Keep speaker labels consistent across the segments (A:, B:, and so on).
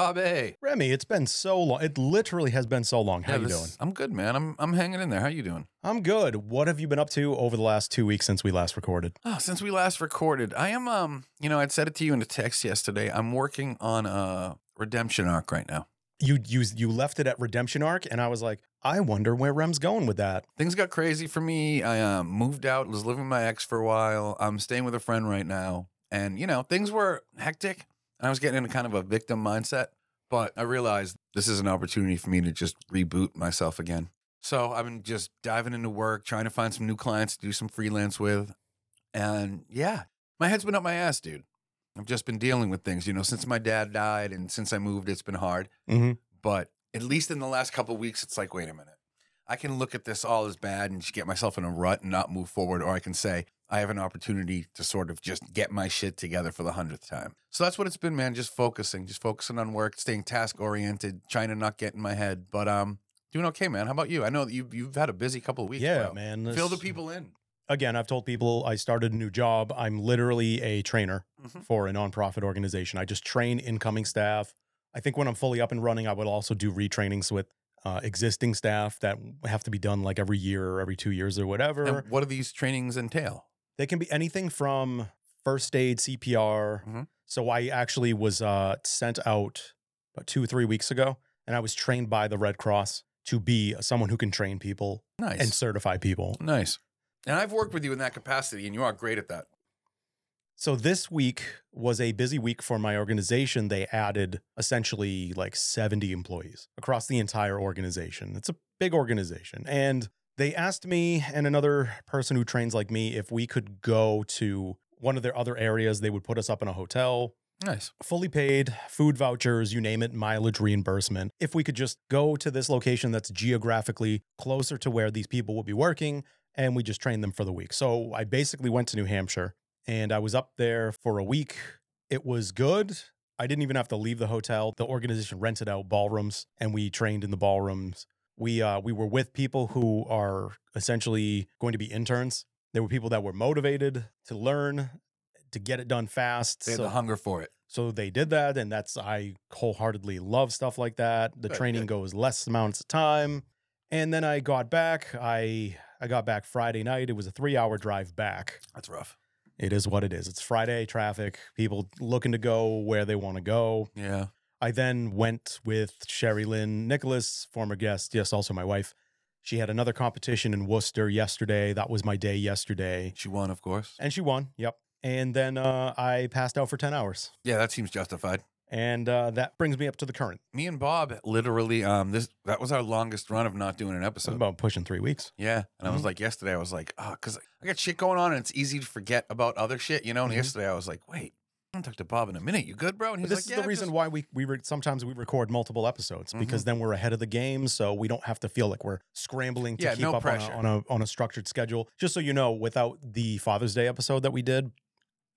A: Bobby.
B: Remy, it's been so long. It literally has been so long. How
A: Yeah,
B: you
A: this-
B: doing?
A: I'm good, man. I'm I'm hanging in there. How you doing?
B: I'm good. What have you been up to over the last two weeks since we last recorded?
A: Oh, since we last recorded, I am um, you know, I'd said it to you in a text yesterday. I'm working on a redemption arc right now.
B: You you you left it at Redemption Arc, and I was like, I wonder where Rem's going with that.
A: Things got crazy for me. I um, moved out, was living with my ex for a while. I'm staying with a friend right now. And, you know, things were hectic. I was getting into kind of a victim mindset, but I realized this is an opportunity for me to just reboot myself again. So I've been just diving into work, trying to find some new clients to do some freelance with. And yeah, my head's been up my ass, dude. I've just been dealing with things, you know, since my dad died and since I moved, it's been hard
B: Mm-hmm.
A: but at least in the last couple of weeks it's like wait a minute i can look at this all as bad and just get myself in a rut and not move forward or i can say i have an opportunity to sort of just get my shit together for the hundredth time so that's what it's been man just focusing just focusing on work staying task oriented trying to not get in my head but um doing okay man how about you i know that you've, you've had a busy couple of weeks
B: Yeah,
A: bro.
B: man.
A: fill the
B: this-
A: people in
B: Again, I've told people I started a new job. I'm literally a trainer
A: Mhm.
B: for a nonprofit organization. I just train incoming staff. I think when I'm fully up and running, I would also do retrainings with uh, existing staff that have to be done like every year or every two years or whatever.
A: and what do these trainings entail
B: They can be anything from first aid, CPR.
A: Mhm.
B: So I actually was uh, sent out about two or three weeks ago, and I was trained by the Red Cross to be someone who can train people
A: nice Mm.
B: and certify people.
A: nice and i've worked with you in that capacity and you are great at that
B: So this week was a busy week for my organization. They added essentially like 70 employees across the entire organization. It's a big organization. And they asked me and another person who trains like me if we could go to one of their other areas. They would put us up in a hotel.
A: nice
B: fully paid, food vouchers, you name it, mileage reimbursement. If we could just go to this location that's geographically closer to where these people will be working and we just train them for the week. So I basically went to New Hampshire and I was up there for a week. It was good. I didn't even have to leave the hotel. The organization rented out ballrooms and we trained in the ballrooms. We uh, we were with people who are essentially going to be interns. They were people that were motivated to learn, to get it done fast.
A: they have
B: So-
A: the hunger for it
B: so they did that, and that's I wholeheartedly love stuff like that. The
A: Good,
B: training
A: good.
B: goes less amounts of time, and then I got back. I I got back Friday night. It was a three hour drive back.
A: that's rough
B: It is what it is. It's Friday traffic. People looking to go where they want to go.
A: yeah
B: I then went with Sherry Lynn Nicholas, former guest, yes, also my wife. She had another competition in Worcester yesterday. That was my day yesterday,
A: She won, of course.
B: and she won. Yep. And then uh, I passed out for ten hours.
A: Yeah, that seems justified.
B: And uh, that brings me up to the current.
A: Me and Bob literally um this that was our longest run of not doing an
B: So
A: episode.
B: about pushing three weeks.
A: Yeah, and I was
B: Mhm.
A: like yesterday I was like, "Oh, cuz I got shit going on and it's easy to forget about other shit, you know?" And
B: Mhm.
A: yesterday I was like, "Wait, I haven't talked to Bob in a minute. You good, bro?" And he's
B: But this
A: like,
B: is
A: "Yeah,
B: the reason
A: just-
B: why we we re- sometimes we record multiple episodes because then we're ahead of the game, so we don't have to feel like we're scrambling to
A: Yeah,
B: keep
A: no
B: up on a,
A: pressure.
B: on a on a structured schedule. Just so you know, without the Father's Day episode that we did,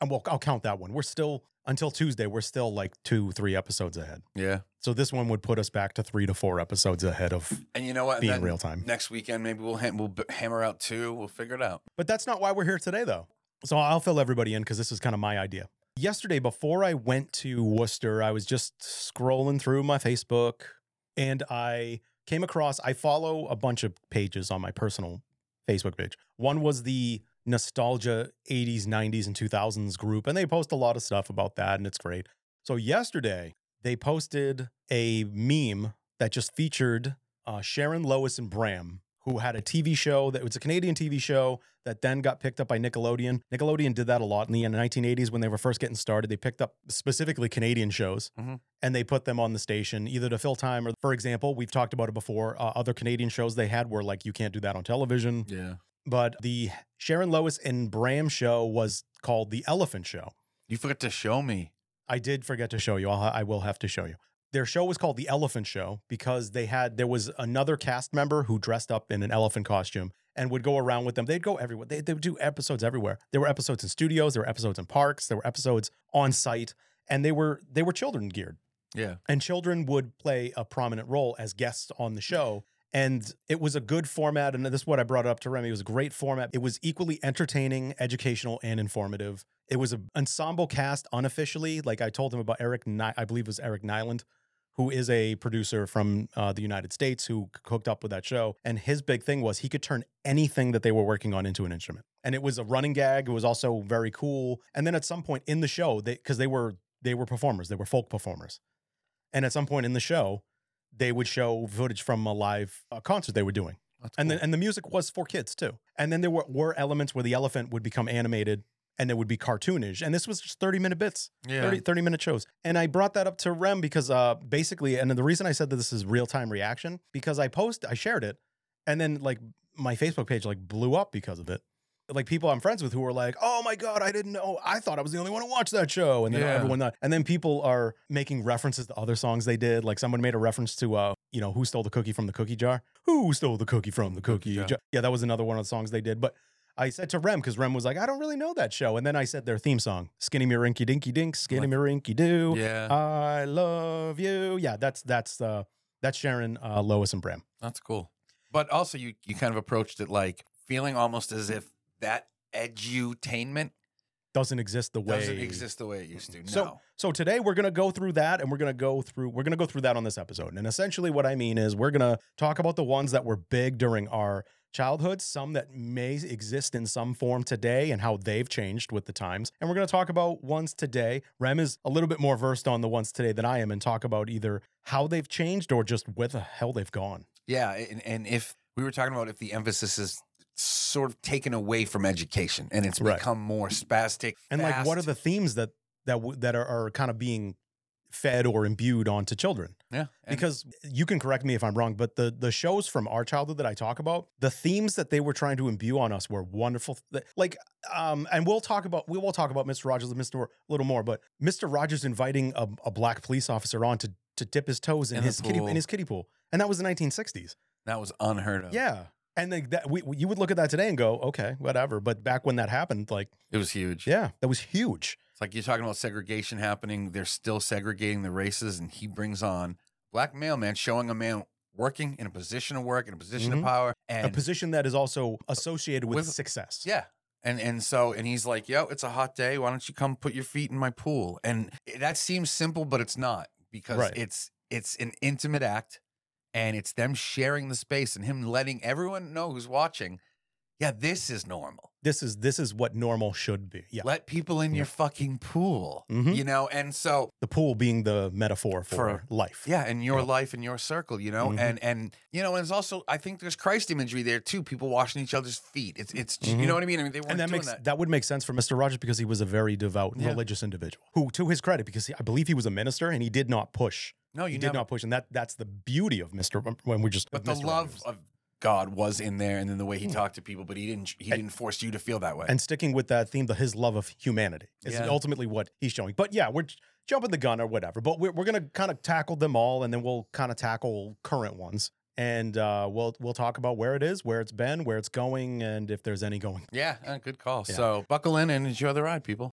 B: and we'll I'll count that one. We're still until Tuesday. We're still like two three episodes ahead.
A: Yeah.
B: So this one would put us back to three to four episodes ahead of
A: And you know what?
B: being
A: Then
B: real time.
A: Next weekend maybe we'll ha- we'll b- hammer out two. We'll figure it out.
B: But that's not why we're here today, though. So I'll fill everybody in because this is kind of my idea. Yesterday, before I went to Worcester, I was just scrolling through my Facebook and I came across, I follow a bunch of pages on my personal Facebook page. One was the nostalgia 80s, 90s, and 2000s group, and they post a lot of stuff about that, and it's great. So yesterday, they posted a meme that just featured uh, Sharon Lois and Bram, who had a TV show that was a Canadian TV show that then got picked up by Nickelodeon. Nickelodeon did that a lot in the 1980s when they were first getting started. They picked up specifically Canadian shows
A: Mhm.
B: and they put them on the station either to fill time or, for example, we've talked about it before. Uh, other Canadian shows they had were like, you can't do that on television.
A: Yeah.
B: But the Sharon Lois and Bram show was called The Elephant Show.
A: You forgot to show me.
B: I did forget to show you. I'll, I will have to show you. Their show was called The Elephant Show because they had there was another cast member who dressed up in an elephant costume and would go around with them. They'd go everywhere. They, they would do episodes everywhere. There were episodes in studios. There were episodes in parks. There were episodes on site, and they were they were children geared
A: Yeah.
B: and children would play a prominent role as guests on the show. And it was a good format. And this is what I brought up to Remy. It was a great format. It was equally entertaining, educational, and informative. It was an ensemble cast unofficially. Like I told him about Eric, Ni- I believe it was Eric Nyland, who is a producer from uh, the United States who c- hooked up with that show. And his big thing was he could turn anything that they were working on into an instrument. And it was a running gag. It was also very cool. And then at some point in the show, they because they were they were performers, they were folk performers. And at some point in the show, they would show footage from a live uh, concert they were doing.
A: That's
B: And
A: cool.
B: then and the music was for kids too. And then there were, were elements where the elephant would become animated and it would be cartoonish. And this was just 30 minute bits.
A: yeah.
B: 30, 30 minute shows. And I brought that up to Rem because uh basically and the reason I said that this is real time reaction because I post I shared it and then like my Facebook page like blew up because of it. Like people I'm friends with who were like, "Oh my god, I didn't know. I thought I was the only one who watched that show." And then
A: Yeah.
B: everyone and then people are making references to other songs they did. Like someone made a reference to uh, you know, who stole the cookie from the cookie jar? Who stole the cookie from the cookie
A: jar.
B: jar? Yeah, that was another one of the songs they did, but I said to Rem because Rem was like, I don't really know that show. And then I said their theme song, Skinny Mirinky Dinky Dink, Skinny Mirinky Doo.
A: yeah.
B: I love you. Yeah, that's that's uh that's Sharon, uh, Lois, and Bram.
A: That's cool. But also, you you kind of approached it like feeling almost as if that edutainment
B: Doesn't exist the way
A: doesn't exist the way it used to. No.
B: So- So today we're gonna go through that, and we're gonna go through we're gonna go through that on this episode. And essentially, what I mean is we're gonna talk about the ones that were big during our childhood, some that may exist in some form today, and how they've changed with the times. And we're gonna talk about ones today. Rem is a little bit more versed on the ones today than I am, and talk about either how they've changed or just where the hell they've gone.
A: yeah, and, and if we were talking about if the emphasis is sort of taken away from education and it's
B: Right.
A: become more spastic
B: And like, what are
A: fast.
B: the themes that that w- that are, are kind of being fed or imbued onto children?
A: yeah and-
B: because you can correct me if I'm wrong, but the the shows from our childhood that I talk about, the themes that they were trying to imbue on us were wonderful. Th- Like, um, and we'll talk about we will talk about Mr. Rogers and Mr. Ro- a little more, but Mr. Rogers inviting a, a black police officer on to to dip his toes in,
A: In the
B: his kiddie
A: pool.
B: in his kiddie pool, and that was the 1960s.
A: that was unheard of
B: Yeah, and like that we, we- you would look at that today and go, okay, whatever. But back when that happened, like,
A: it was huge
B: yeah, that was huge.
A: it's like you're talking about segregation happening they're still segregating the races and he brings on black male man showing a man working in a position of work in a position
B: Mhm.
A: of power
B: A
A: and
B: position that is also associated with,
A: With-
B: success.
A: Yeah. And and so and he's like, "Yo, it's a hot day. Why don't you come put your feet in my pool?" And that seems simple, but it's not because
B: Right.
A: it's it's an intimate act and it's them sharing the space and him letting everyone know who's watching. Yeah, this is normal.
B: this is this is what normal should be. Yeah.
A: Let people in your fucking pool.
B: Mhm.
A: You know, and so
B: the pool being the metaphor for,
A: For-
B: life.
A: yeah, and your
B: Yeah.
A: life and your circle, you know?
B: Mhm.
A: And and you know, and it's also I think there's Christ imagery there too, people washing each other's feet. It's it's
B: Mhm.
A: you know what I mean? I mean they weren't
B: And that
A: doing
B: makes
A: that.
B: that. would make sense for Mr. Rogers because he was a very devout,
A: Yeah.
B: religious individual. Who, to his credit, because he, I believe he was a minister and he did not push.
A: No, Oh, you
B: he
A: never
B: did not push, and that that's the beauty of Mr. When we just
A: But the
B: with Mr.
A: love
B: Rogers.
A: of God was in there, and then the way he
B: Hmm.
A: talked to people, but he didn't he
B: And-
A: didn't force you to feel that way.
B: and sticking with that theme, the his love of humanity is
A: Yeah.
B: ultimately what he's showing. But yeah, we're j- jumping the gun or whatever. But we're we're gonna kind of tackle them all, and then we'll kind of tackle current ones. And uh, we'll we'll talk about where it is, where it's been, where it's going, and if there's any going
A: yeah, uh, good call.
B: Yeah.
A: So buckle in and enjoy the ride, people.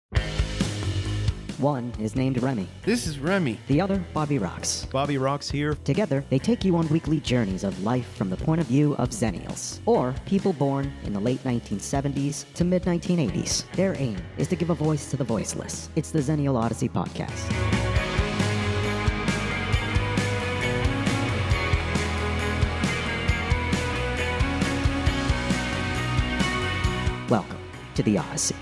C: One is named Remy,
A: This is Remy.
C: the other Bobby Rocks.
B: Bobby Rocks here.
C: Together, they take you on weekly journeys of life from the point of view of Xennials, or people born in the late 1970s to mid 1980s. Their aim is to give a voice to the voiceless. It's the Xennial Odyssey podcast. Welcome to the Odyssey.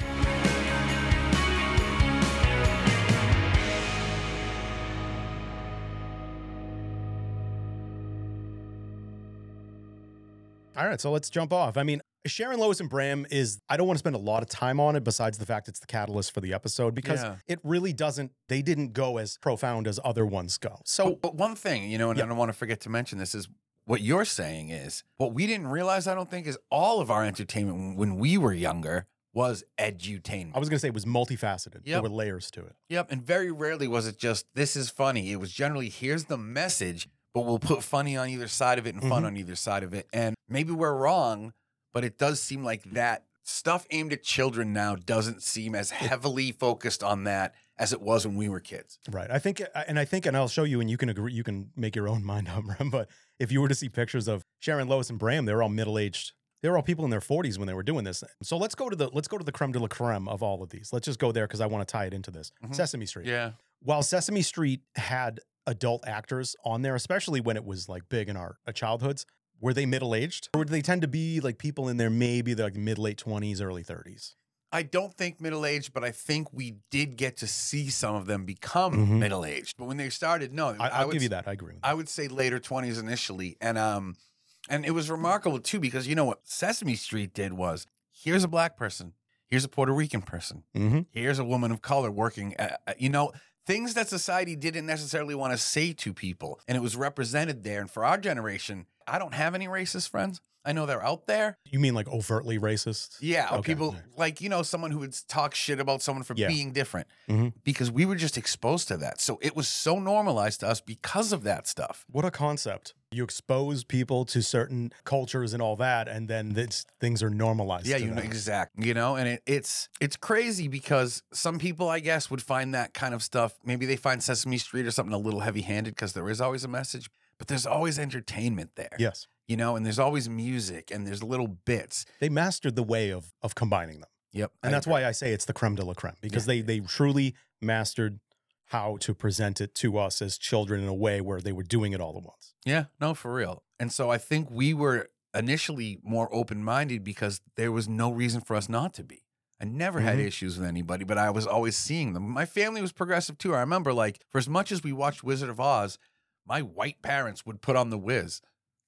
B: All right, so let's jump off. I mean, Sharon Lois and Bram is, I don't want to spend a lot of time on it besides the fact it's the catalyst for the episode because
A: Yeah.
B: it really doesn't, they didn't go as profound as other ones go. So,
A: But one thing, you know, and
B: Yeah.
A: I don't want to forget to mention this is what you're saying is what we didn't realize. I don't think is all of our entertainment when we were younger was edutainment.
B: I was going to say it was multifaceted. There
A: Yep.
B: were layers to it.
A: yep, and very rarely was it just this is funny. It was generally here's the message, but we'll put funny on either side of it and fun
B: Mhm.
A: on either side of it. And maybe we're wrong, but it does seem like that stuff aimed at children now doesn't seem as heavily focused on that as it was when we were kids.
B: Right. I think, uh, and I think, and I'll show you, and you can agree, you can make your own mind up, Rem, but if you were to see pictures of Sharon Lois and Bram, they were all middle aged. They were all people in their 40s when they were doing this. So let's go to the let's go to the creme de la creme of all of these. Let's just go there because I want to tie it into this.
A: Mhm.
B: Sesame Street.
A: Yeah.
B: while Sesame Street had adult actors on there, especially when it was like big in our uh, childhoods. Were they middle aged, or would they tend to be like people in their maybe like mid late twenties, early thirties?
A: I don't think middle aged, but I think we did get to see some of them become
B: Mhm.
A: middle aged. But when they started, no,
B: I, I'll
A: would
B: give you
A: s-
B: that. I agree with that.
A: I would say later 20s initially. And um and it was remarkable too because you know what Sesame Street did was here's a black person, here's a Puerto Rican person,
B: mm-hmm.
A: here's a woman of color working at, at- you know things that society didn't necessarily want to say to people and it was represented there and for our generation, I don't have any racist friends. I know they're out there.
B: You mean like overtly racist?
A: Yeah, or
B: Okay,
A: people
B: yeah.
A: like you know someone who would talk shit about someone for
B: Yeah.
A: being different
B: Mhm.
A: because we were just exposed to that. So it was so normalized to us because of that stuff.
B: What a concept. You expose people to certain cultures and all that, and then this, things are normalized.
A: Yeah,
B: to
A: you know,
B: them.
A: exactly. You know, and it, it's it's crazy because some people, I guess, would find that kind of stuff. Maybe they find Sesame Street or something a little heavy-handed because there is always a message, but there's always entertainment there.
B: Yes.
A: you know, and there's always music and there's little bits.
B: They mastered the way of, of combining them.
A: Yep,
B: And that's why I say it's the creme de la creme, because they, they truly mastered how to present it to us as children in a way where they were doing it all at once.
A: Yeah, no, for real. And so I think we were initially more open-minded because there was no reason for us not to be. I never had
B: Mhm.
A: issues with anybody, but I was always seeing them. My family was progressive too. I remember, like, for as much as we watched Wizard of Oz, my white parents would put on the Wiz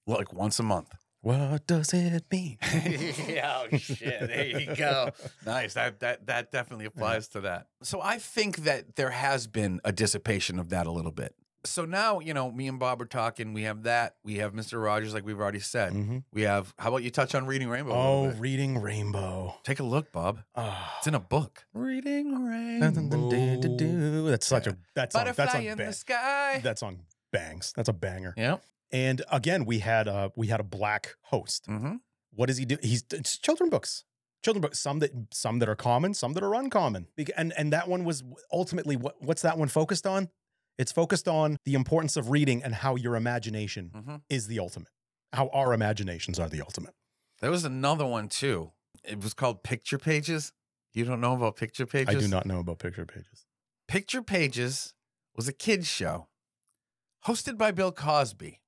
A: like once a month.
B: What does it mean?
A: yeah, oh shit. There you go. Nice. That that that definitely applies to that. So I think that there has been a dissipation of that a little bit. So now, you know, me and Bob are talking. We have that. We have Mr. Rogers, like we've already said.
B: hmm
A: We have how about you touch on reading rainbow? a little
B: Oh,
A: bit?
B: reading rainbow.
A: Take a look, Bob.
B: Ah.
A: It's in a book. Reading rainbow.
B: That's such a that's on that's
A: Butterfly
B: on
A: in
B: bang.
A: the sky.
B: That song bangs. That's a banger.
A: yeah.
B: And again, we had a we had a black host.
A: Mm-hmm.
B: What does he do? He's it's children books. Children books. Some that some that are common, some that are uncommon. Bec- And and that one was ultimately what what's that one focused on? It's focused on the importance of reading and how your imagination
A: Mm-hmm.
B: is the ultimate. How our imaginations are the ultimate.
A: There was another one too. It was called Picture Pages. You don't know about Picture Pages?
B: I do not know about picture pages.
A: Picture Pages was a kids show hosted by Bill Cosby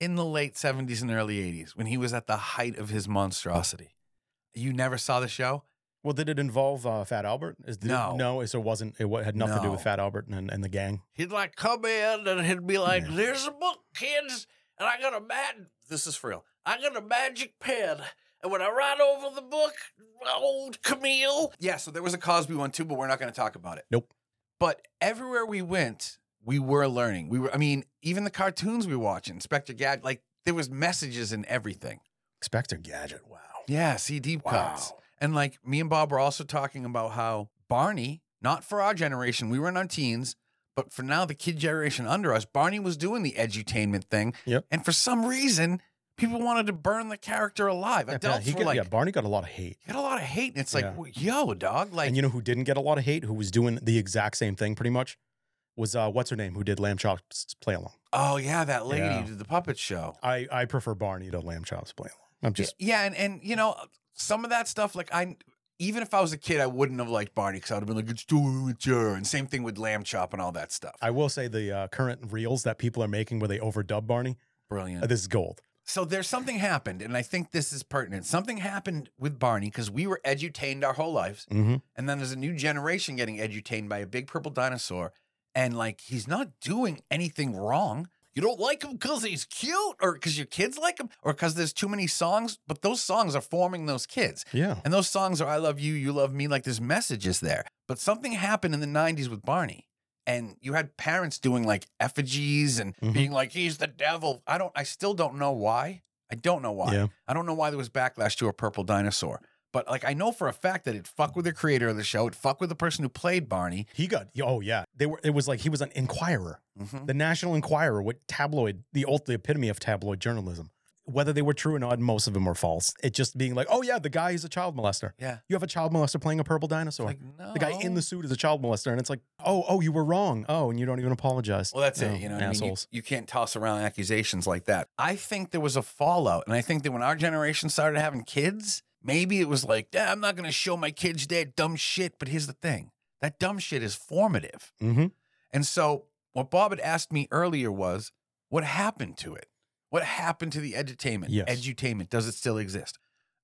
A: in the late 70s and early 80s when he was at the height of his monstrosity. You never saw the show?
B: Well, did it involve uh, Fat Albert? Is, did it-
A: No.
B: no. So it wasn't. It wa- had nothing to do with
A: No.
B: Fat Albert and, and the gang.
A: He'd like come in and he'd be like,
B: Yeah.
A: "There's a book, kids, and I got a mag. This is for real. I got a magic pen, and when I write over the book, old Camille." Yeah, so there was a Cosby one too, but we're not going to talk about it.
B: Nope.
A: But everywhere we went, we were learning. We were. I mean, even the cartoons we watch, Inspector Gadget, like there was messages in everything.
B: Inspector Gadget. Wow.
A: Yeah, see deep cuts.
B: Wow.
A: And like me and Bob were also talking about how Barney, not for our generation, we were in our teens, but for now the kid generation under us, Barney was doing the edutainment thing.
B: Yep.
A: And for some reason, people wanted to burn the character alive.
B: Yeah,
A: Adults
B: he
A: were
B: got-
A: like,
B: yeah, Barney got a lot of hate.
A: "You got a lot of hate, and it's like,
B: Yeah.
A: "Well, yo, dog, like,
B: and you know who didn't get a lot of hate, who was doing the exact same thing pretty much, was uh, what's her name, who did Lamb Chop's Play Along.
A: oh yeah, that lady
B: Yeah.
A: who did the puppet show.
B: I, I prefer Barney to Lamb Chop's Play Along. I'm just,
A: yeah, and and you know some of that stuff, like I. Even if I was a kid, I wouldn't have liked Barney because I would have been like, it's too mature. And same thing with Lamb Chop and all that stuff.
B: I will say the uh, current reels that people are making where they overdub Barney,
A: Brilliant.
B: uh, this is gold.
A: So there's something happened, and I think this is pertinent. Something happened with Barney because we were edutained our whole lives,
B: Mm-hmm.
A: and then there's a new generation getting edutained by a big purple dinosaur, and like he's not doing anything wrong. You don't like him because he's cute, or because your kids like him, or because there's too many songs. But those songs are forming those kids,
B: Yeah.
A: and those songs are "I love you," "You love me." Like there's messages there. But something happened in the '90s with Barney, and you had parents doing like effigies and
B: Mhm.
A: being like, "He's the devil." I don't. I still don't know why. I don't know why.
B: Yeah.
A: I don't know why there was backlash to a purple dinosaur. But like I know for a fact that it fucked with the creator of the show. It fucked with the person who played Barney.
B: He got, oh, yeah. They were, it was like he was an inquirer,
A: Mhm.
B: the National Enquirer, what tabloid, the old, the epitome of tabloid journalism. Whether they were true or not, most of them were false. It just being like, oh, yeah, the guy is a child molester.
A: Yeah.
B: You have a child molester playing a purple dinosaur.
A: Like, no.
B: The guy
A: Oh.
B: in the suit is a child molester, and it's like, oh, oh, you were wrong. Oh, and you don't even apologize.
A: Well, that's
B: Oh,
A: it. You know, what I mean? You-
B: assholes.
A: you, can't toss around accusations like that. I think there was a fallout, and I think that when our generation started having kids, maybe it was like, "Yeah, I'm not going to show my kids that dumb shit." But here's the thing: that dumb shit is formative,
B: mm-hmm.
A: and so What Bob had asked me earlier was, what happened to it? What happened to the edutainment?
B: Yes.
A: Edutainment, does it still exist?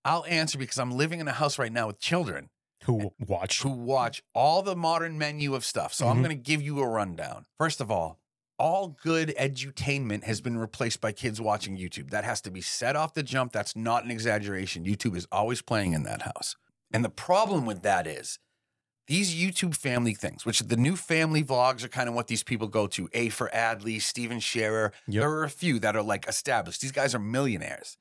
A: I'll answer because I'm living in a house right now with children Eh.
B: Who watch?
A: who watch all the modern menu of stuff. So I'm
B: Mhm.
A: going to give you a rundown. First of all, all good edutainment has been replaced by kids watching YouTube. That has to be set off the jump. That's not an exaggeration. YouTube is always playing in that house. And the problem with that is these YouTube family things, which the new family vlogs are kind of what these people go to. A for Adley, Steven Scherer.
B: Yep.
A: There are a few that are like established. These guys are millionaires.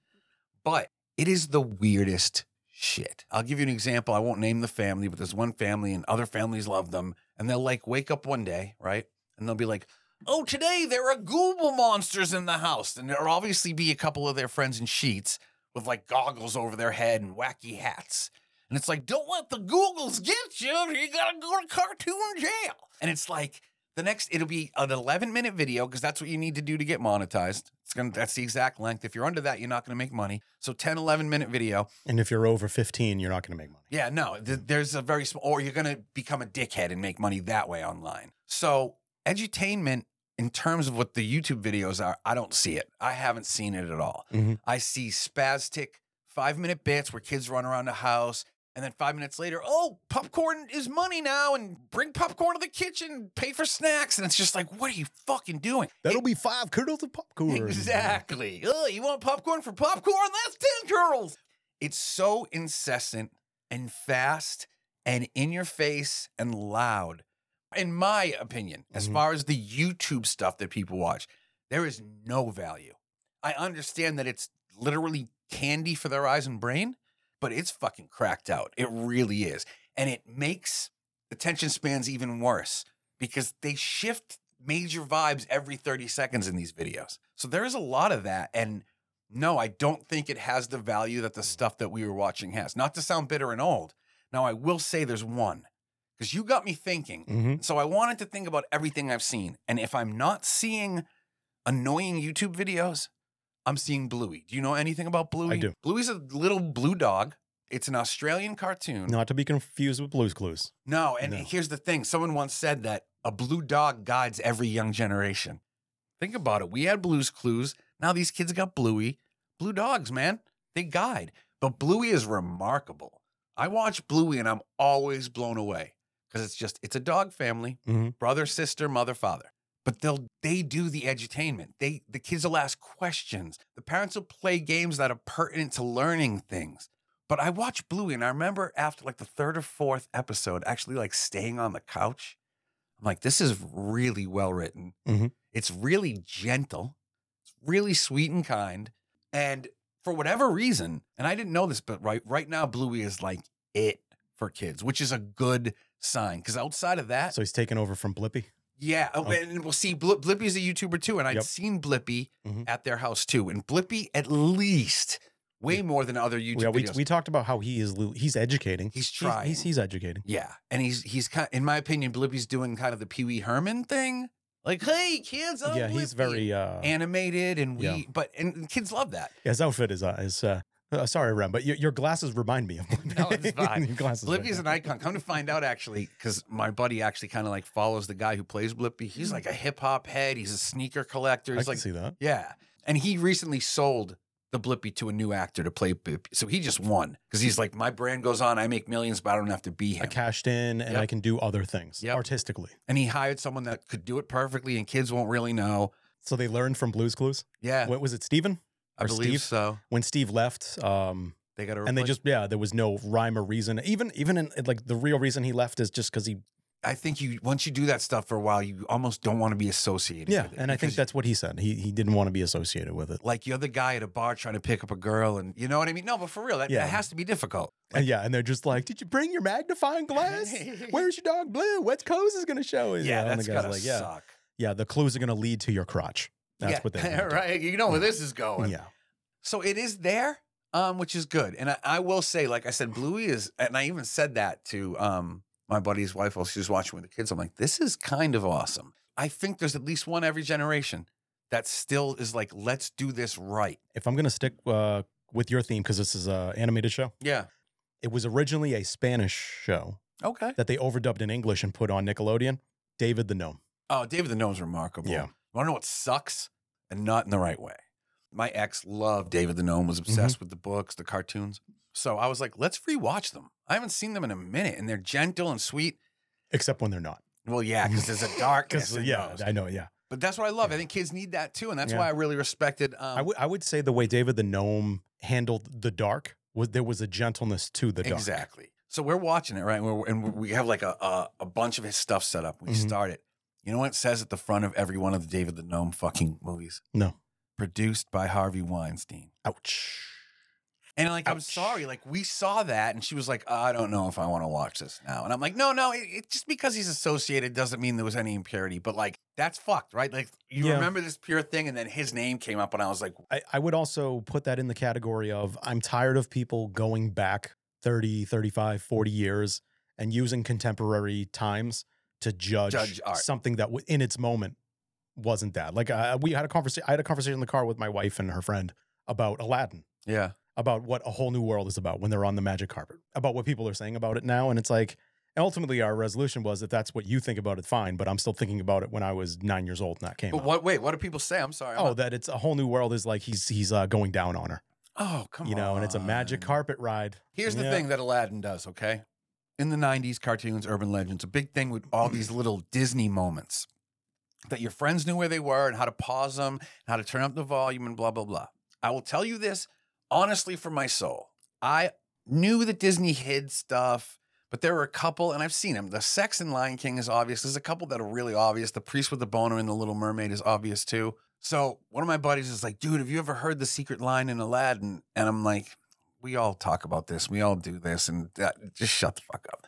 A: But it is the weirdest shit. I'll give you an example. I won't name the family, but there's one family and other families love them. And they'll like wake up one day, right? And they'll be like, oh, today there are Google monsters in the house. And there'll obviously be a couple of their friends in sheets with like goggles over their head and wacky hats. And it's like, don't let the Googles get you. You gotta go to cartoon jail. And it's like, the next, it'll be an 11 minute video because that's what you need to do to get monetized. It's gonna, that's the exact length. If you're under that, you're not gonna make money. So 10, 11 minute video.
B: And if you're over 15, you're not going to make money.
A: Yeah, no, th- there's a very small, or you're going to become a dickhead and make money that way online. So, edutainment in terms of what the YouTube videos are, I don't see it. I haven't seen it at all.
B: Mhm.
A: I see spastic five minute bits where kids run around the house. And then five minutes later, oh, popcorn is money now, and bring popcorn to the kitchen, pay for snacks. And it's just like, what are you fucking doing?
B: That'll be five kernels of popcorn.
A: Exactly. Ugh, you want popcorn for popcorn? That's 10 kernels. It's so incessant and fast and in your face and loud. In my opinion, as
B: Mhm.
A: far as the YouTube stuff that people watch, there is no value. I understand that it's literally candy for their eyes and brain, but it's fucking cracked out. It really is. And it makes attention spans even worse because they shift major vibes every 30 seconds in these videos. So there is a lot of that. And no, I don't think it has the value that the stuff that we were watching has. Not to sound bitter and old. Now, I will say there's one because you got me thinking.
B: hmm
A: So I wanted to think about everything I've seen. And if I'm not seeing annoying YouTube videos, I'm seeing Bluey. Do you know anything about Bluey?
B: do.
A: Bluey's a little blue dog. It's an Australian cartoon.
B: Not to be confused with Blue's Clues.
A: No, and
B: No.
A: here's the thing. Someone once said that a blue dog guides every young generation. Think about it. We had Blue's Clues. Now these kids got Bluey. Blue dogs, man. They guide. But Bluey is remarkable. I watch Bluey and I'm always blown away because it's just, it's a dog family
B: Mhm.
A: brother, sister, mother, father. But they'll they do the edutainment. They the kids will ask questions. The parents will play games that are pertinent to learning things. But I watched Bluey and I remember after like the third or fourth episode, actually like staying on the couch. I'm like, this is really well written.
B: Mhm.
A: It's really gentle. It's really sweet and kind. And for whatever reason, and I didn't know this, but right right now Bluey is like it for kids, which is a good sign. Because outside of that,
B: So he's taken over from Blippi.
A: yeah, oh,
B: Oh.
A: and we'll see. Bl- Blippi's a YouTuber too, and I'd
B: Yep.
A: seen Blippy
B: Mhm.
A: at their house too. And Blippy, at least, way
B: Yeah.
A: more than other YouTube
B: Yeah, we,
A: videos.
B: we talked about how he is lo- he's educating.
A: He's
B: He's,
A: trying.
B: he's educating.
A: yeah, and he's he's kind, in my opinion, Blippy's doing kind of the Pee Wee Herman thing, like, "Hey kids, I'm
B: yeah, he's
A: Blippi,"
B: very uh
A: animated, and we,
B: Yeah.
A: but and and kids love that.
B: his outfit is uh, is uh, uh sorry Rem, but your, your glasses remind me of Blippi.
A: No, it's fine.
B: Your glasses right
A: Blippi's
B: now.
A: an icon. Come to find out, actually, because my buddy actually kind of like follows the guy who plays Blippy. He's like a hip hop head. He's a sneaker collector.
B: I
A: He's
B: can
A: like
B: see that.
A: Yeah. And he recently sold the Blippy to a new actor to play Blippy. So he just won because he's like, my brand goes on. I make millions, but I don't have to be
B: I
A: him.
B: cashed in and
A: Yep.
B: I can do other things
A: Yep.
B: artistically.
A: And he hired someone that could do it perfectly and kids won't really know.
B: So they learned from Blue's Clues.
A: Yeah.
B: What was it, Steven?
A: I
B: or
A: believe
B: Steve?
A: so.
B: When Steve left, um,
A: They got to
B: and they just yeah, there was no rhyme or reason. Even even in like the real reason he left is just because he
A: I think you, once you do that stuff for a while, you almost don't want to be associated
B: yeah,
A: with it.
B: and I think
A: because
B: that's what he said. He he didn't want to be associated with it.
A: Like you're the guy at a bar trying to pick up a girl, and you know what I mean. No, but for real, that,
B: Yeah.
A: that has to be difficult.
B: And yeah, and they're just like, "Did you bring your magnifying glass? Where's your dog Blue? What's Coase is gonna show us?"
A: yeah,
B: and
A: that's
B: the guy's
A: gotta
B: like, "Yeah,
A: suck.
B: yeah, the clues are gonna lead to your crotch." That's
A: yeah.
B: what they wanna do.
A: right. You know where this is going.
B: Yeah,
A: So it is there, um, which is good. And I, I will say, like I said, Bluey is, and I even said that to um, my buddy's wife while she was watching with the kids. I'm like, this is kind of awesome. I think there's at least one every generation that still is like, let's do this right.
B: if I'm gonna stick uh, with your theme because this is a animated show,
A: Yeah.
B: it was originally a Spanish show
A: Okay.
B: that they overdubbed in English and put on Nickelodeon. David the Gnome.
A: Oh, David the Gnome's remarkable.
B: Yeah.
A: Want to know what sucks? And not in the right way. My ex loved David the Gnome,
B: Mm-hmm.
A: was obsessed with the books, the cartoons. So I was like, let's rewatch them. I haven't seen them in a minute, and they're gentle and sweet.
B: Except when they're not.
A: Well, yeah, because there's a darkness. in
B: yeah,
A: those.
B: I know. Yeah.
A: but that's what I love. I think kids need that too, and that's
B: Yeah.
A: why I really respected. Um,
B: I would I would say the way David the gnome handled the dark was there was a gentleness to the dark.
A: Exactly. So we're watching it, right? And, we're, and we have like a, a, a bunch of his stuff set up. We
B: Mhm.
A: start it. You know what it says at the front of every one of the David the Gnome fucking movies?
B: No.
A: Produced by Harvey Weinstein.
B: Ouch.
A: And like, I'm
B: Ouch.
A: sorry, like we saw that, and she was like, I don't know if I want to watch this now. And I'm like, no, no, it, it- just because he's associated doesn't mean there was any impurity. But like, that's fucked, right? Like, you
B: Yeah.
A: remember this pure thing, and then his name came up, and I was like,
B: I, I would also put that in the category of I'm tired of people going back 30, 35, 40 years and using contemporary times to judge,
A: Judge art.
B: something that w- in its moment wasn't that. Like uh, we had a conversation I had a conversation in the car with my wife and her friend about Aladdin,
A: yeah,
B: about what a whole new world is about when they're on the magic carpet, about what people are saying about it now and it's like and ultimately our resolution was if that's what you think about it fine, but I'm still thinking about it when I was 9 years old and that came
A: but
B: out.
A: what? Wait, what do people say? I'm sorry. I'm
B: Oh,
A: not-
B: that it's a whole new world is like he's he's uh, going down on her
A: oh, come on,
B: you know, and it's a magic carpet ride.
A: Here's the
B: Yeah.
A: thing that Aladdin does, okay? In the 90s, cartoons, urban legends, a big thing with all these little Disney moments that your friends knew where they were and how to pause them, how to turn up the volume, and blah, blah, blah. I will tell you this honestly from my soul. I knew that Disney hid stuff, but there were a couple, and I've seen them. The sex in Lion King is obvious. There's a couple that are really obvious. The Priest with the Boner and the Little Mermaid is obvious too. So one of my buddies is like, dude, have you ever heard the secret line in Aladdin? And I'm like, we all talk about this. We all do this, and that, just shut the fuck up.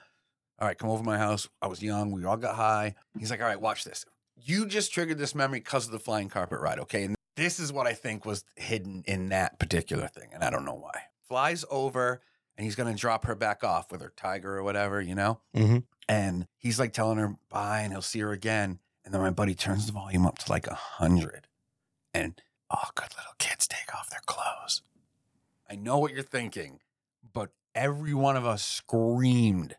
A: All right, come over to my house. I was young. We all got high. He's like, all right, watch this. You just triggered this memory because of the flying carpet ride, okay? And this is what I think was hidden in that particular thing, and I don't know why. Flies over, and he's gonna drop her back off with her tiger or whatever, you know?
B: Mm-hmm.
A: And he's like telling her bye and he'll see her again. And then my buddy turns the volume up to like a hundred. And all good little kids take off their clothes. I know what you're thinking, but every one of us screamed.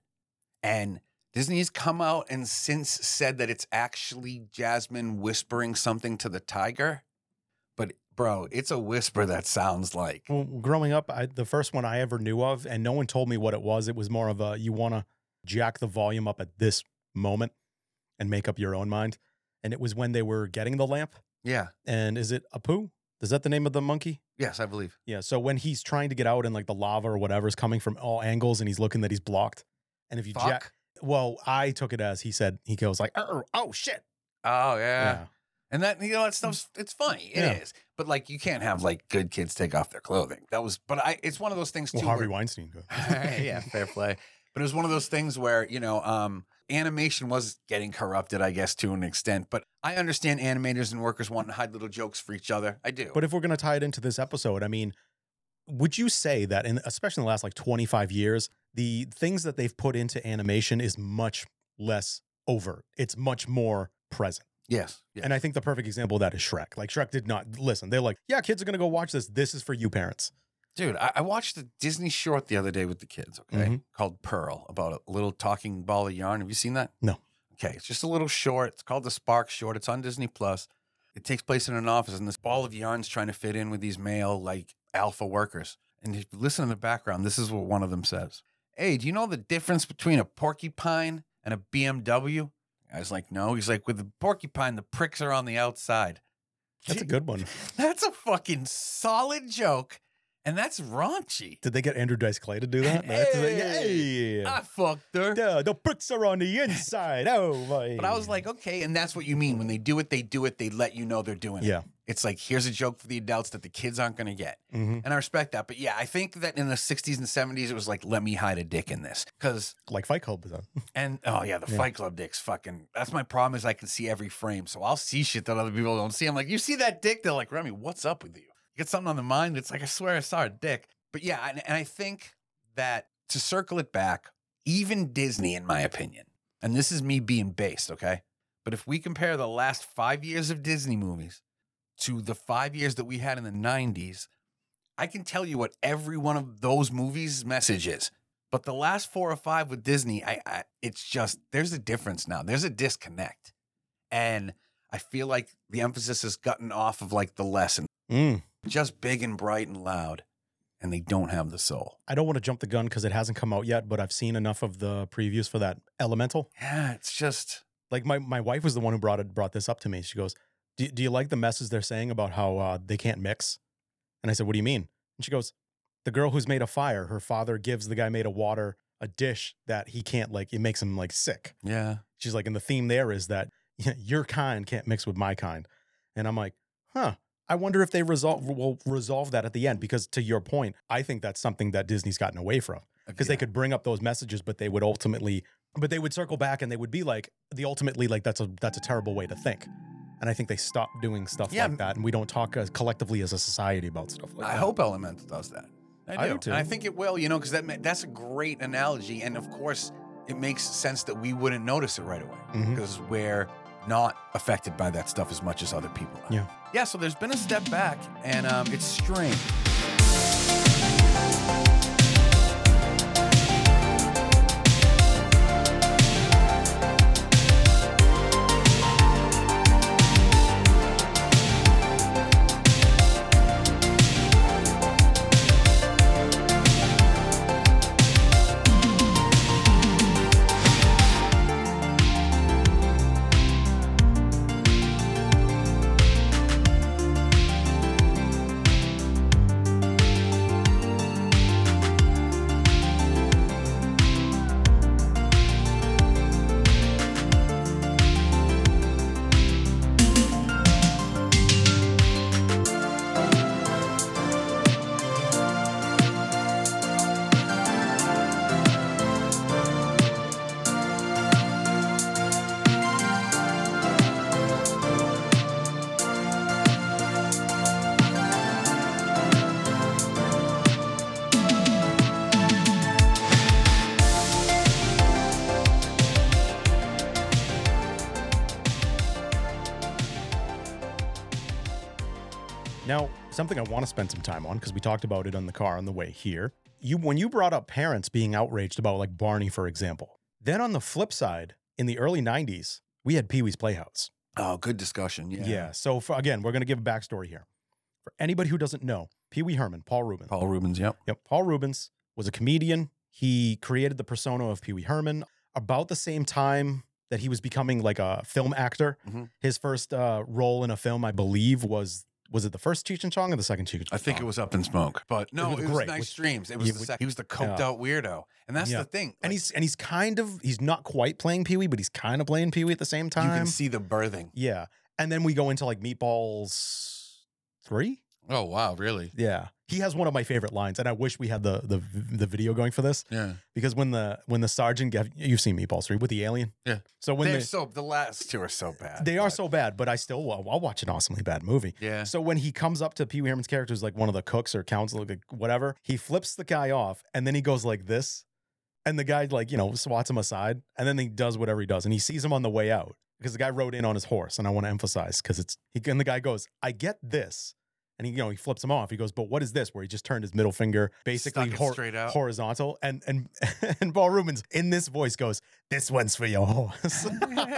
A: And Disney's come out and since said that it's actually Jasmine whispering something to the tiger. But bro, it's a whisper that sounds like
B: Well, growing up, I, the first one I ever knew of, and no one told me what it was. It was more of a you want to jack the volume up at this moment and make up your own mind. And it was when they were getting the lamp.
A: Yeah.
B: And is it Apu? Is that the name of the monkey?
A: Yes, I believe.
B: Yeah. So when he's trying to get out and like the lava or whatever is coming from all angles, and he's looking that he's blocked. And if you jack,
A: Fuck.
B: well, I took it as he said he goes like, "Er, oh shit,
A: Oh yeah. And that you know that stuff's it's funny. It is,
B: Yeah.
A: But like you can't have like good kids take off their clothing. That was but I it's one of those things too.
B: Well, Harvey
A: where-
B: Weinstein goes.
A: yeah, fair play. But it was one of those things where, you know, um animation was getting corrupted, I guess, to an extent. But I understand animators and workers want to hide little jokes for each other. I do.
B: But if we're going to tie it into this episode, I mean, would you say that in especially in the last like 25 years, the things that they've put into animation is much less overt. It's much more present.
A: yes. yes.
B: And I think the perfect example of that is Shrek. Like Shrek did not listen. They're like, "Yeah, kids are going to go watch this. This is for you parents."
A: Dude, I, I watched a Disney short the other day with the kids, okay,
B: Mhm.
A: called Pearl, about a little talking ball of yarn. Have you seen that?
B: No.
A: Okay, it's just a little short. It's called the Spark Short. It's on Disney Plus. It takes place in an office, and this ball of yarn's trying to fit in with these male, like alpha workers. And if you listen in the background, this is what one of them says Hey, do you know the difference between a porcupine and a BMW? I was like, No. He's like, With the porcupine, the pricks are on the outside.
B: That's a good one.
A: That's a fucking solid joke, and that's raunchy.
B: Did they get Andrew Dice Clay to do that? That's a-
A: Hey! Ah,
B: yeah.
A: I fucked her.
B: Yeah, the bricks are on the inside. Oh my!
A: But I was like, okay, and that's what you mean. When they do it, they do it. They let you know they're doing it.
B: yeah,
A: It's like, here's a joke for the adults that the kids aren't going to get.
B: hmm
A: And I respect that. But yeah, I think that in the 60s and 70s, it was like, let me hide a dick in this. Because,
B: like Fight Club was on.
A: and oh yeah, the
B: Yeah.
A: Fight Club dicks fucking, that's my problem is I can see every frame. So I'll see shit that other people don't see. I'm like, you see that dick? They're like, Remy, what's up with you? You get something on the mind? It's like, I swear I saw a dick. But yeah, and, and I think that to circle it back, even Disney, in my opinion, and this is me being based, okay? But if we compare the last five years of Disney movies to the five years that we had in the 90s, I can tell you what every one of those movies' message is. But the last four or five with Disney, I, I it's just there's a difference now. There's a disconnect. And I feel like the emphasis has gotten off of like the lesson,
B: Mm.
A: just big and bright and loud. And they don't have the soul.
B: I don't want to jump the gun because it hasn't come out yet, but I've seen enough of the previews for that Elemental.
A: Yeah, it's just,
B: Like my my wife was the one who brought it brought this up to me. She goes, "Do, do you like the message they're saying about how uh, they can't mix?" And I said, "What do you mean?" And she goes, "The girl who's made of fire, her father gives the guy made of water a dish that he can't like. It makes him like sick."
A: yeah.
B: She's like, and the theme there is that your kind can't mix with my kind. And I'm like, huh. I wonder if they resolve will resolve that at the end because to your point, I think that's something that Disney's gotten away from because they could bring up those messages, but they would ultimately, but they would circle back and they would be like the ultimately like that's a that's a terrible way to think. And I think they stopped doing stuff
A: Yeah.
B: like that, and we don't talk as collectively as a society about stuff like
A: I
B: that.
A: hope Elemental does that. I
B: I
A: do.
B: do too.
A: And I think it will, you know, because that ma- that's a great analogy, and of course, it makes sense that we wouldn't notice it right away
B: Mhm.
A: because we're not affected by that stuff as much as other people are.
B: Yeah.
A: Yeah. So there's been a step back, and um, it's strange.
B: Now, something I want to spend some time on because we talked about it on the car on the way here. You when you brought up parents being outraged about like Barney, for example. Then on the flip side, in the early '90s, we had Pee Wee's Playhouse.
A: Oh, good discussion. Yeah.
B: So for, again, we're going to give a backstory here for anybody who doesn't know. Pee Wee Herman, Paul Rubin.
A: Paul Rubens. Yep.
B: Yep. Paul Rubens was a comedian. He created the persona of Pee Wee Herman about the same time that he was becoming like a film actor.
A: Mhm.
B: His first uh, role in a film, I believe, was was it the first Cheech and Chong or the second Cheech and Chong?
A: I think it was up in smoke, but no, it
B: was
A: was,
B: great.
A: nice
B: Which-
A: streams. It was
B: Yeah,
A: the
B: which-
A: sec- he was the coked
B: yeah.
A: out weirdo, and that's
B: Yeah.
A: the thing.
B: and
A: like,
B: he's and he's kind of he's not quite playing Pee Wee, but he's kind of playing Pee Wee at the same
A: you
B: time.
A: can see the birthing.
B: yeah, and then we go into like Meatballs three.
A: Oh wow, really?
B: Yeah, he has one of my favorite lines, and I wish we had the the the video going for this
A: Yeah.
B: because when the when the sergeant get, you've seen Meatballs three with the alien.
A: Yeah.
B: so when
A: They're
B: they
A: so the last two are so bad.
B: they are
A: but-
B: so bad, but I still will, I'll watch an awesomely bad movie.
A: Yeah.
B: So when he comes up to Pee Wee Herman's character, who's like one of the cooks or counsel, like whatever, he flips the guy off, and then he goes like this, and the guy like you know swats him aside, and then he does whatever he does, and he sees him on the way out because the guy rode in on his horse, and I want to emphasize because it's he and the guy goes, I get this. And he, you know, he flips him off. He goes, "But what is this?" Where he just turned his middle finger, basically
A: Stuck it
B: hor-
A: straight out.
B: horizontal, and and and Paul Rubens in this voice goes, "This one's for your horse."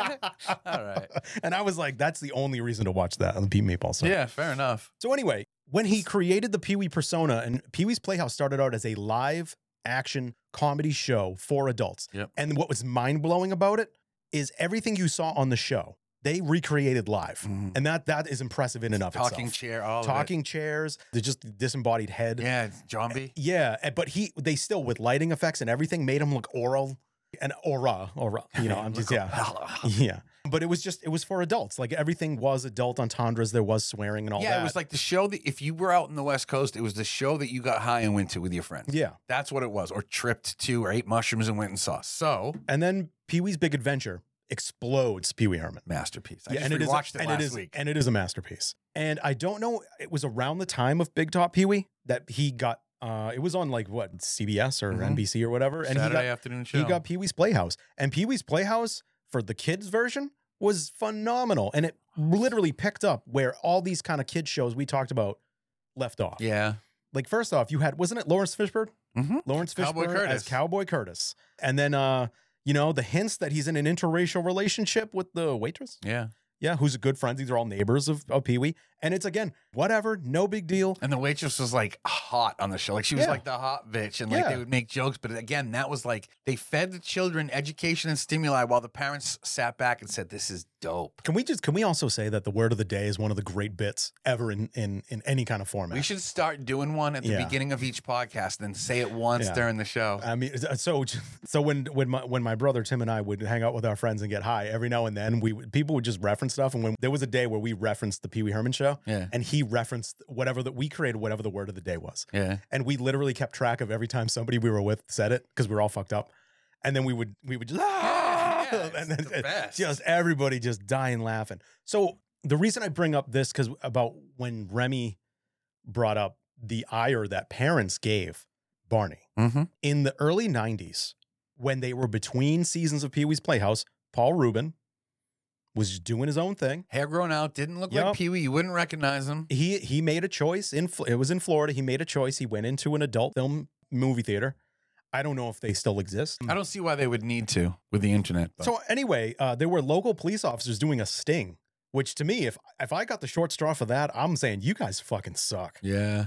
A: All right.
B: And I was like, "That's the only reason to watch that on the Pee Meatball." So
A: Yeah, fair enough.
B: so anyway, when he created the Pee Wee persona, and Pee Wee's Playhouse started out as a live action comedy show for adults.
A: Yep.
B: And what was mind blowing about it is everything you saw on the show they recreated live,
A: Mhm.
B: and that that is impressive in and of
A: Talking
B: itself.
A: chair, all of it.
B: Talking chairs, the just disembodied head.
A: Yeah, it's zombie.
B: Yeah, and- but he they still with lighting effects and everything made him look oral and aura, aura. You know, I'm just yeah. Yeah. But it was just, it was for adults. Like everything was adult entendres. There was swearing and all
A: Yeah,
B: oh, that.
A: it was like the show that if you were out in the West Coast, it was the show that you got high and went to with your friends.
B: yeah.
A: That's what it was, or tripped to, or ate mushrooms and went and saw. So
B: And then Pee Wee's Big Adventure explodes Pee Wee Herman.
A: masterpiece. I
B: Yeah,
A: just
B: it is,
A: rewatched it
B: and
A: last
B: it is,
A: week.
B: And it is a masterpiece. And I don't know, it was around the time of Big Top Pee Wee that he got, uh, it was on like what, CBS or
A: Mhm.
B: NBC or whatever. And
A: Saturday
B: he got,
A: afternoon show.
B: he got Pee Wee's Playhouse. And Pee Wee's Playhouse for the kids version was phenomenal. And it literally picked up where all these kind of kids shows we talked about left off.
A: yeah.
B: like first off, you had wasn't it Lawrence Fishburne?
A: Mhm.
B: Lawrence Fishburne
A: Cowboy
B: as
A: Curtis.
B: Cowboy Curtis, and then uh, you know the hints that he's in an interracial relationship with the waitress,
A: Yeah.
B: Yeah, who's good friends. These are all neighbors of, of Pee Wee. And it's again, whatever, no big deal.
A: And the waitress was like hot on the show. Like she was
B: Yeah.
A: like the hot bitch. And like
B: Yeah.
A: they would make jokes. But again, that was like they fed the children education and stimuli while the parents sat back and said, This is dope.
B: Can we just can we also say that the word of the day is one of the great bits ever in in in any kind of format?
A: We should start doing one at the
B: Yeah.
A: beginning of each podcast and then say it once
B: Yeah. Uh,
A: during the show.
B: I mean, so so when when my when my brother Tim and I would hang out with our friends and get high every now and then, we would- people would just reference stuff. And when there was a day where we referenced the Pee Wee Herman show,
A: Yeah.
B: and he referenced whatever that we created, whatever the word of the day was,
A: Yeah.
B: and we literally kept track of every time somebody we were with said it because we were all fucked up, and then we would we would just
A: Yeah, yeah,
B: and
A: it's the
B: and
A: best.
B: just everybody just dying laughing. So the reason I bring up this because about when Remy brought up the ire that parents gave Barney
A: Mm-hmm.
B: in the early 90s, when they were between seasons of Pee Wee's Playhouse, Paul Rubin was doing his own thing.
A: Hair grown out, didn't look like
B: Yup.
A: Pee Wee. You wouldn't recognize him.
B: He he made a choice in Fl- it was in Florida. He made a choice. He went into an adult film movie theater. I don't know if they still exist.
A: I don't see why they would need to with the internet. but-
B: So anyway, uh, there were local police officers doing a sting, which to me, if if I got the short straw for that, I'm saying you guys fucking suck.
A: yeah.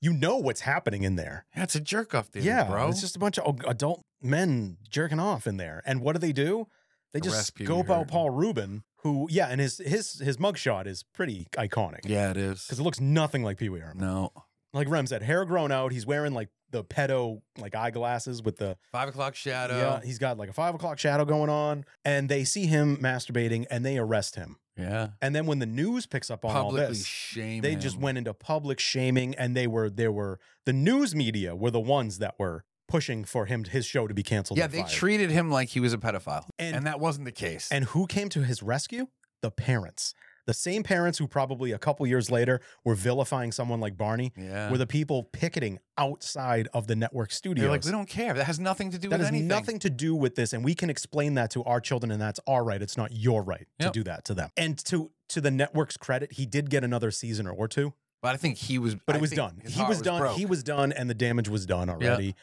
B: You know what's happening in there.
A: Yeah, it's a jerk off theater,
B: yeah,
A: bro.
B: It's just a bunch of adult men jerking off in there. And what do they do? They just
A: Arrest Pee Wee
B: scope out
A: Herman.
B: Paul Rubin, who yeah, and his his his mugshot is pretty iconic because
A: yeah, it is.
B: it looks nothing like Pee Wee Herman.
A: No.
B: Like Rem said, hair grown out. He's wearing like the pedo like eyeglasses with the
A: Five o'clock shadow.
B: yeah. He's got like a five o'clock shadow going on, and they see him masturbating and they arrest him.
A: Yeah.
B: And then when the news picks up on all
A: Publicly
B: this,
A: shame.
B: they just went into public shaming and they were there were the news media were the ones that were pushing for him his show to be canceled
A: Yeah,
B: and
A: they
B: fired.
A: treated him like he was a pedophile,
B: And-
A: and, that wasn't the case.
B: and who came to his rescue the parents the same parents who probably a couple years later were vilifying someone like barney
A: yeah,
B: were the people picketing outside of the network
A: they're
B: studios
A: like, we don't care. That has nothing to do
B: that
A: with
B: has
A: anything.
B: nothing to do with this and we can explain that to our children and that's our right it's not your right
A: Yep.
B: to do that to them and to to the network's credit he did get another season or two
A: But I think he was.
B: but
A: I
B: it was
A: think
B: done.
A: his
B: He
A: heart
B: was, done.
A: broke.
B: He was done, and the damage was done already.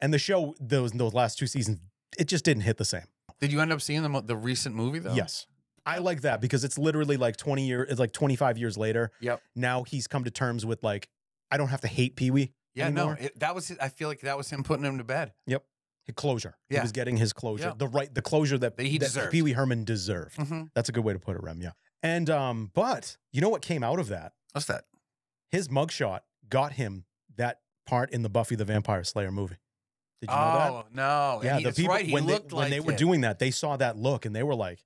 B: And the show, those those last two seasons, it just didn't hit the same.
A: Did you end up seeing the mo- the recent movie though?
B: Yes, I like that because it's literally like twenty years, it's like twenty five years later.
A: Yep.
B: Now he's come to terms with like, I don't have to hate Pee Wee.
A: Yeah.
B: Anymore?
A: No. It, that was. his- I feel like that was him putting him to bed.
B: Closure. He
A: Yeah.
B: was getting his closure,
A: Yeah.
B: the right, the closure that,
A: That he deserved.
B: Pee Wee Herman deserved.
A: Mm-hmm.
B: That's a good way to put it, Rem. Yeah. And um, but you know what came out of that?
A: What's that?
B: His mugshot got him that part in the Buffy the Vampire Slayer movie. Did you know that?
A: oh no. And
B: Yeah,
A: he-
B: the
A: that's
B: people
A: right. He
B: when they,
A: looked
B: when
A: like
B: they were
A: it.
B: doing that, they saw that look and they were like,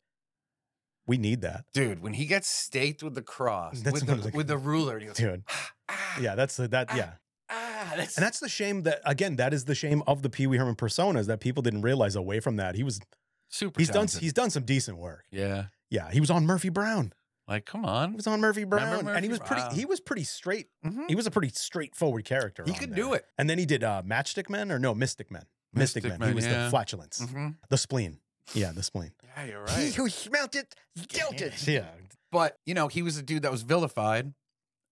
B: "We need that,
A: Dude, when he gets staked with the cross,
B: That's
A: with
B: what I
A: the,
B: was like-
A: with the ruler, he goes,
B: dude."
A: ah,
B: Yeah, that's the, that.
A: Ah.
B: Yeah,
A: ah, that's,
B: and that's the shame that again, that is the shame of the Pee Wee Herman personas that people didn't realize. Away from that, he was
A: super.
B: he's done
A: talented.
B: he's done some decent work.
A: yeah,
B: Yeah, he was on Murphy Brown.
A: like come
B: He
A: on.
B: was on Murphy Brown,
A: Remember
B: and he
A: Murphy
B: was pretty.
A: Brown.
B: He was pretty straight.
A: Mhm.
B: He was a pretty straightforward character.
A: He
B: on
A: could
B: there.
A: do it.
B: And then he did uh, Matchstick Men or no Mystic Men. Mystic,
A: Mystic
B: Men. He
A: Men,
B: was the
A: yeah.
B: flatulence,
A: hmm
B: the spleen. Yeah, the spleen.
A: Yeah, you're right.
D: who smelt it, dealt
B: Yeah,
A: but you know he was a dude that was vilified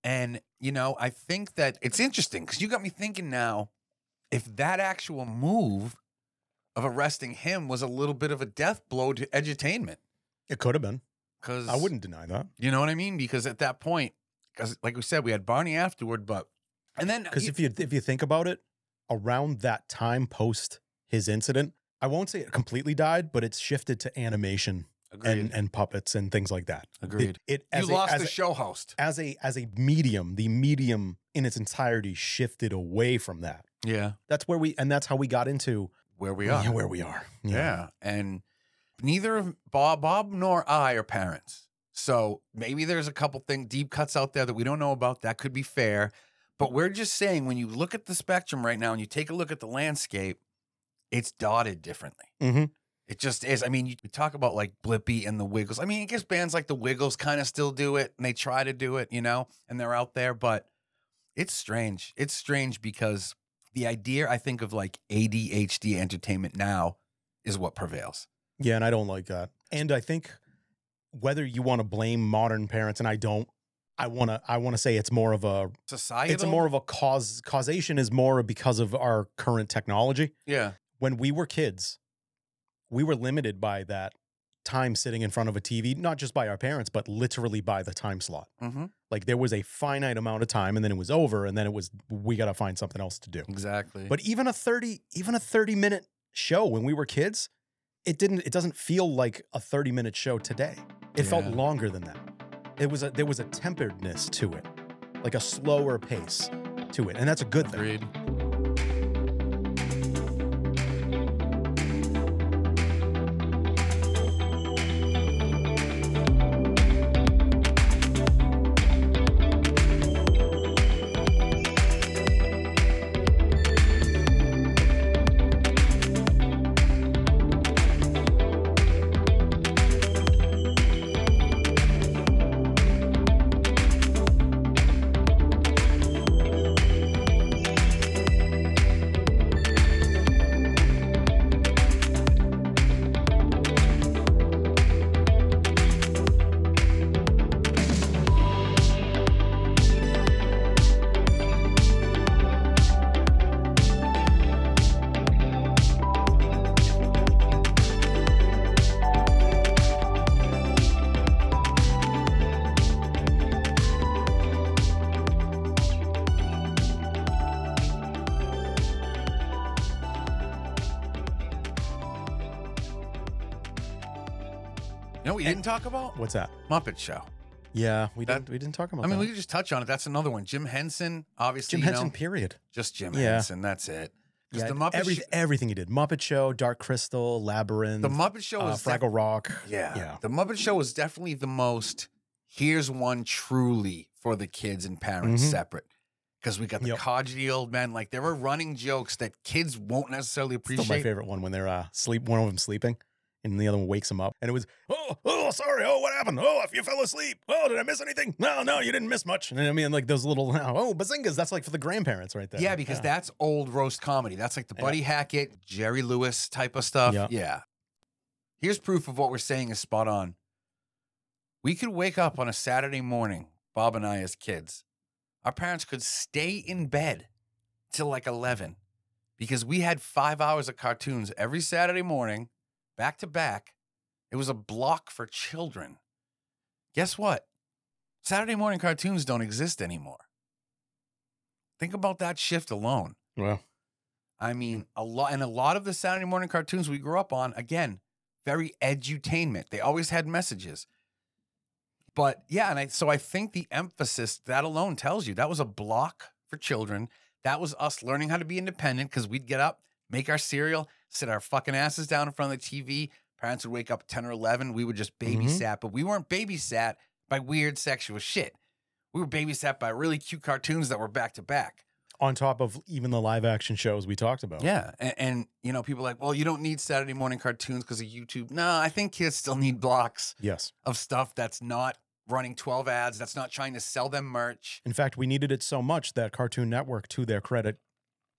A: and you know i think that it's interesting because you got me thinking now if that actual move of arresting him was a little bit of a death blow to edutainment
B: it could have been.
A: because
B: I wouldn't deny that.
A: you know what i mean because at that point because like we said we had barney afterward but and then
B: Because if you if you think about it, around that time post his incident, I won't say it completely died, but it's shifted to animation
A: agreed,
B: and, and puppets and things like that. It-
A: agreed
B: It, as,
A: you
B: a,
A: lost
B: as,
A: the
B: a,
A: show host
B: as a as a medium, the medium in its entirety shifted away from that.
A: yeah
B: That's where we and that's how we got into
A: where we are
B: yeah, where we are.
A: Yeah. And neither of Bob, Bob nor I are parents. So maybe there's a couple thing deep cuts out there that we don't know about. That could be fair. But we're just saying when you look at the spectrum right now and you take a look at the landscape, it's dotted differently.
B: Mhm.
A: It just is. I mean, you we talk about like Blippy and the Wiggles. I mean, I guess bands like the Wiggles kind of still do it and they try to do it, you know, and they're out there, but it's strange. It's strange because the idea I think of like ADHD entertainment now is what prevails.
B: Yeah, and I don't like that. And I think whether you want to blame modern parents, and I don't, I wanna I wanna say it's more of a
A: Society.
B: it's a more of a cause causation is more because of our current technology.
A: yeah.
B: When we were kids, we were limited by that time sitting in front of a TV, not just by our parents, but literally by the time slot.
A: Mm-hmm.
B: Like there was a finite amount of time and then it was over and then it was we got to find something else to do.
A: Exactly.
B: But even a 30 even a 30 minute show when we were kids, it didn't it doesn't feel like a 30 minute show today. It felt
A: Yeah.
B: longer than that. It was a there was a temperedness to it. Like a slower pace to it. And that's a good thing.
A: agreed. You know what we didn't talk about?
B: What's that?
A: Muppet Show.
B: Yeah, we
A: That-
B: didn't we didn't talk about
A: I mean,
B: that.
A: we could just touch on it. That's another one. Jim Henson, obviously.
B: Jim
A: you know,
B: Henson period.
A: just Jim
B: Yeah.
A: Henson. That's it. Because the Muppet
B: every-
A: Show,
B: everything he did. Muppet Show, Dark Crystal, Labyrinth,
A: the Muppet Show
B: uh,
A: was def-
B: Fraggle Rock.
A: yeah,
B: Yeah.
A: The Muppet Show was definitely the most. Here's one truly for the kids and parents
B: Mhm.
A: separate. Because we got the
B: Yep.
A: codgy old men. Like there were running jokes that kids won't necessarily
B: Still my
A: appreciate.
B: favorite one when they're uh, sleep. One of them sleeping, and the other one wakes him up, and it was oh oh sorry oh what happened oh if you fell asleep oh did I miss anything no no you didn't miss much and I mean like those little oh bazingas that's like for the grandparents right there
A: yeah, because that's old roast comedy. That's like the
B: Yeah.
A: Buddy Hackett, Jerry Lewis type of stuff.
B: Yeah.
A: yeah. Here's proof of what we're saying is spot on. We could wake up on a Saturday morning, Bob and I as kids. Our parents could stay in bed till like 11 because we had five hours of cartoons every Saturday morning, back to back. It was a block for children. Guess what? Saturday morning cartoons don't exist anymore. Think about that shift alone.
B: well
A: I mean, a lot and a lot of the Saturday morning cartoons we grew up on, again, very edutainment. They always had messages. But yeah, and I so I think the emphasis that alone tells you that was a block for children. That was us learning how to be independent because we'd get up, make our cereal, sit our fucking asses down in front of the TV. Parents would wake up 10 or 11. We would just babysat, but we weren't babysat by weird sexual shit. We were babysat by really cute cartoons that were back to back.
B: on top of even the live action shows we talked about
A: Yeah, and, and you know, people are like, well, you don't need Saturday morning cartoons because of YouTube. No, I think kids still need blocks
B: yes
A: of stuff that's not running twelve ads, that's not trying to sell them merch.
B: in fact we needed it so much that Cartoon Network to their credit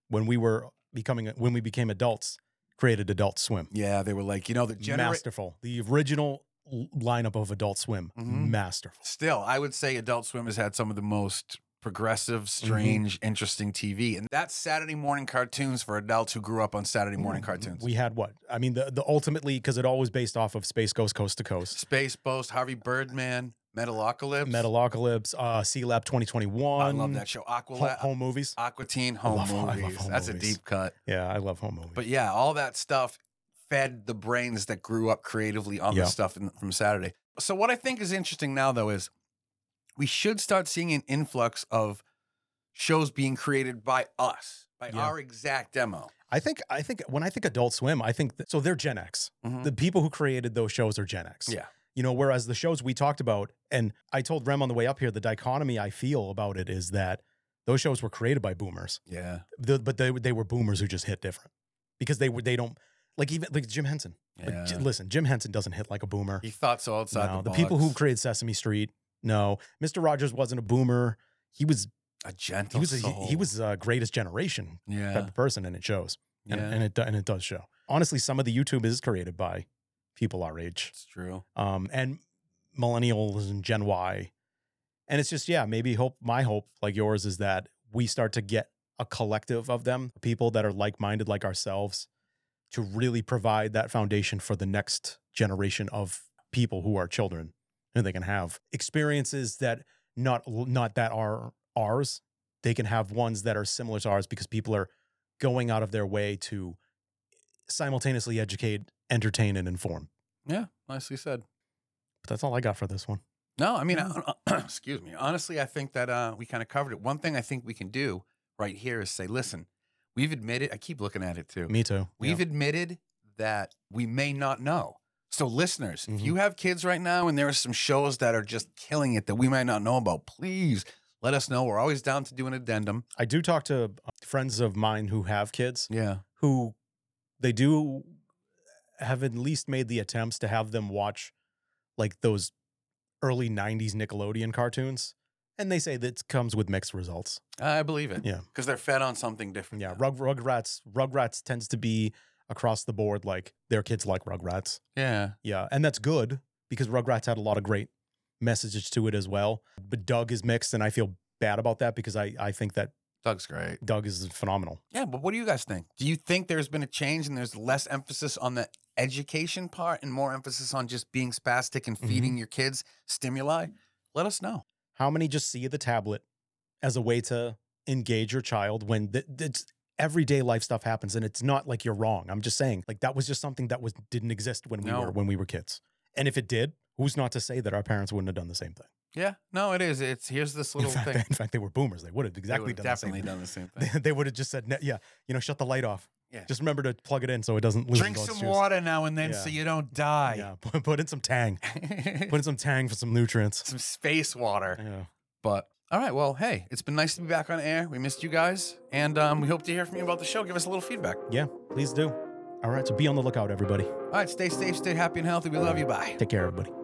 B: when we were becoming when we became adults created Adult Swim
A: Yeah, they were like, you know, the generation.
B: masterful the original l- lineup of Adult Swim
A: Mhm.
B: masterful
A: Still, I would say Adult Swim has had some of the most progressive,
B: Mm-hmm.
A: strange, interesting TV, and that's Saturday morning cartoons for adults who grew up on Saturday morning cartoons.
B: We had what? I mean, the, the ultimately, because it always based off of Space Goes Coast to Coast,
A: Space Boast, Harvey Birdman, Metalocalypse.
B: Metalocalypse, uh, C Lab 2021.
A: I love that show.
B: Ho-
A: Aqua,
B: home movies.
A: Aqua Teen, Home
B: love- I love
A: Movies.
B: home
A: that's
B: movies.
A: a deep cut.
B: Yeah, I love home movies.
A: But yeah, all that stuff fed the brains that grew up creatively on
B: Yeah.
A: this stuff in, from Saturday. So what I think is interesting now though is we should start seeing an influx of shows being created by us, by
B: Yeah.
A: our exact demo.
B: I think I think when I think Adult Swim, I think that, so. They're Gen X. The people who created those shows are Gen X.
A: Mm-hmm. Yeah.
B: You know, whereas the shows we talked about, and I told Rem on the way up here, the dichotomy I feel about it is that those shows were created by boomers.
A: Yeah.
B: The, but they they were boomers who just hit different because they were they don't like even like Jim Henson. Like,
A: yeah.
B: j- listen, Jim Henson doesn't hit like a boomer.
A: He thought so outside
B: no,
A: the,
B: the, people who
A: box.
B: created Sesame Street. No, Mr. Rogers wasn't a boomer. He was
A: a
B: he
A: gentle
B: was a, he,
A: soul.
B: he was a greatest generation type
A: yeah.
B: of person, and it shows, and,
A: yeah.
B: and it do- and it does show. Honestly, some of the YouTube is created by people our age,
A: it's true.
B: um, and millennials and Gen Y, and it's just yeah, maybe hope my hope like yours is that we start to get a collective of them, people that are like minded like ourselves, to really provide that foundation for the next generation of people who are children and they can have experiences that not not that are ours they can have ones that are similar to ours because people are going out of their way to simultaneously educate entertain and inform
A: Yeah, nicely said.
B: but that's all i got for this one
A: No, I mean, I- excuse me. Honestly, I think that uh, we kind of covered it. One thing I think we can do right here is say, listen, we've admitted, I keep looking at it too.
B: me too
A: We've admitted that we may not know. So, listeners, if
B: Mhm.
A: you have kids right now and there are some shows that are just killing it that we might not know about, please let us know. We're always down to do an addendum.
B: I do talk to uh, friends of mine who have kids
A: Yeah.
B: who they do have at least made the attempts to have them watch like those early 90s Nickelodeon cartoons. And they say that comes with mixed results.
A: I believe it.
B: Yeah.
A: Because they're fed on something different.
B: Yeah.
A: now.
B: Rug, Rugrats, Rugrats tends to be across the board like their kids like Rugrats.
A: Yeah.
B: Yeah. And that's good because Rugrats had a lot of great messages to it as well. But Doug is mixed. And I feel bad about that because I, I think that
A: Doug's great.
B: Doug is phenomenal.
A: Yeah, but what do you guys think? Do you think there's been a change and there's less emphasis on the education part and more emphasis on just being spastic and feeding
B: Mm-hmm.
A: your kids stimuli? Let us know.
B: how many just see the tablet as a way to engage your child when th- th- it's everyday life stuff happens and it's not like you're wrong i'm just saying like that was just something that was didn't exist when we
A: No.
B: were when we were kids and if it did who's not to say that our parents wouldn't have done the same thing
A: Yeah, no, it is. It's here's this
B: in
A: little
B: fact,
A: thing.
B: in fact they were boomers they would have
A: They
B: exactly
A: would've
B: done
A: definitely
B: the same
A: done the same
B: thing
A: thing.
B: They- they would have just said "Ne- yeah you know shut the light off
A: Yeah.
B: just remember to plug it in so it doesn't lose
A: Drink some water now and then so
B: Yeah.
A: you don't die.
B: yeah put, put in some tang put in some tang for some nutrients
A: some space water.
B: yeah
A: But all right, well, hey, it's been nice to be back on air. We missed you guys, and um, we hope to hear from you about the show. Give us a little feedback.
B: yeah please do all right so be on the lookout everybody
A: All right, stay safe, stay happy and healthy. We love you. Bye.
B: take care everybody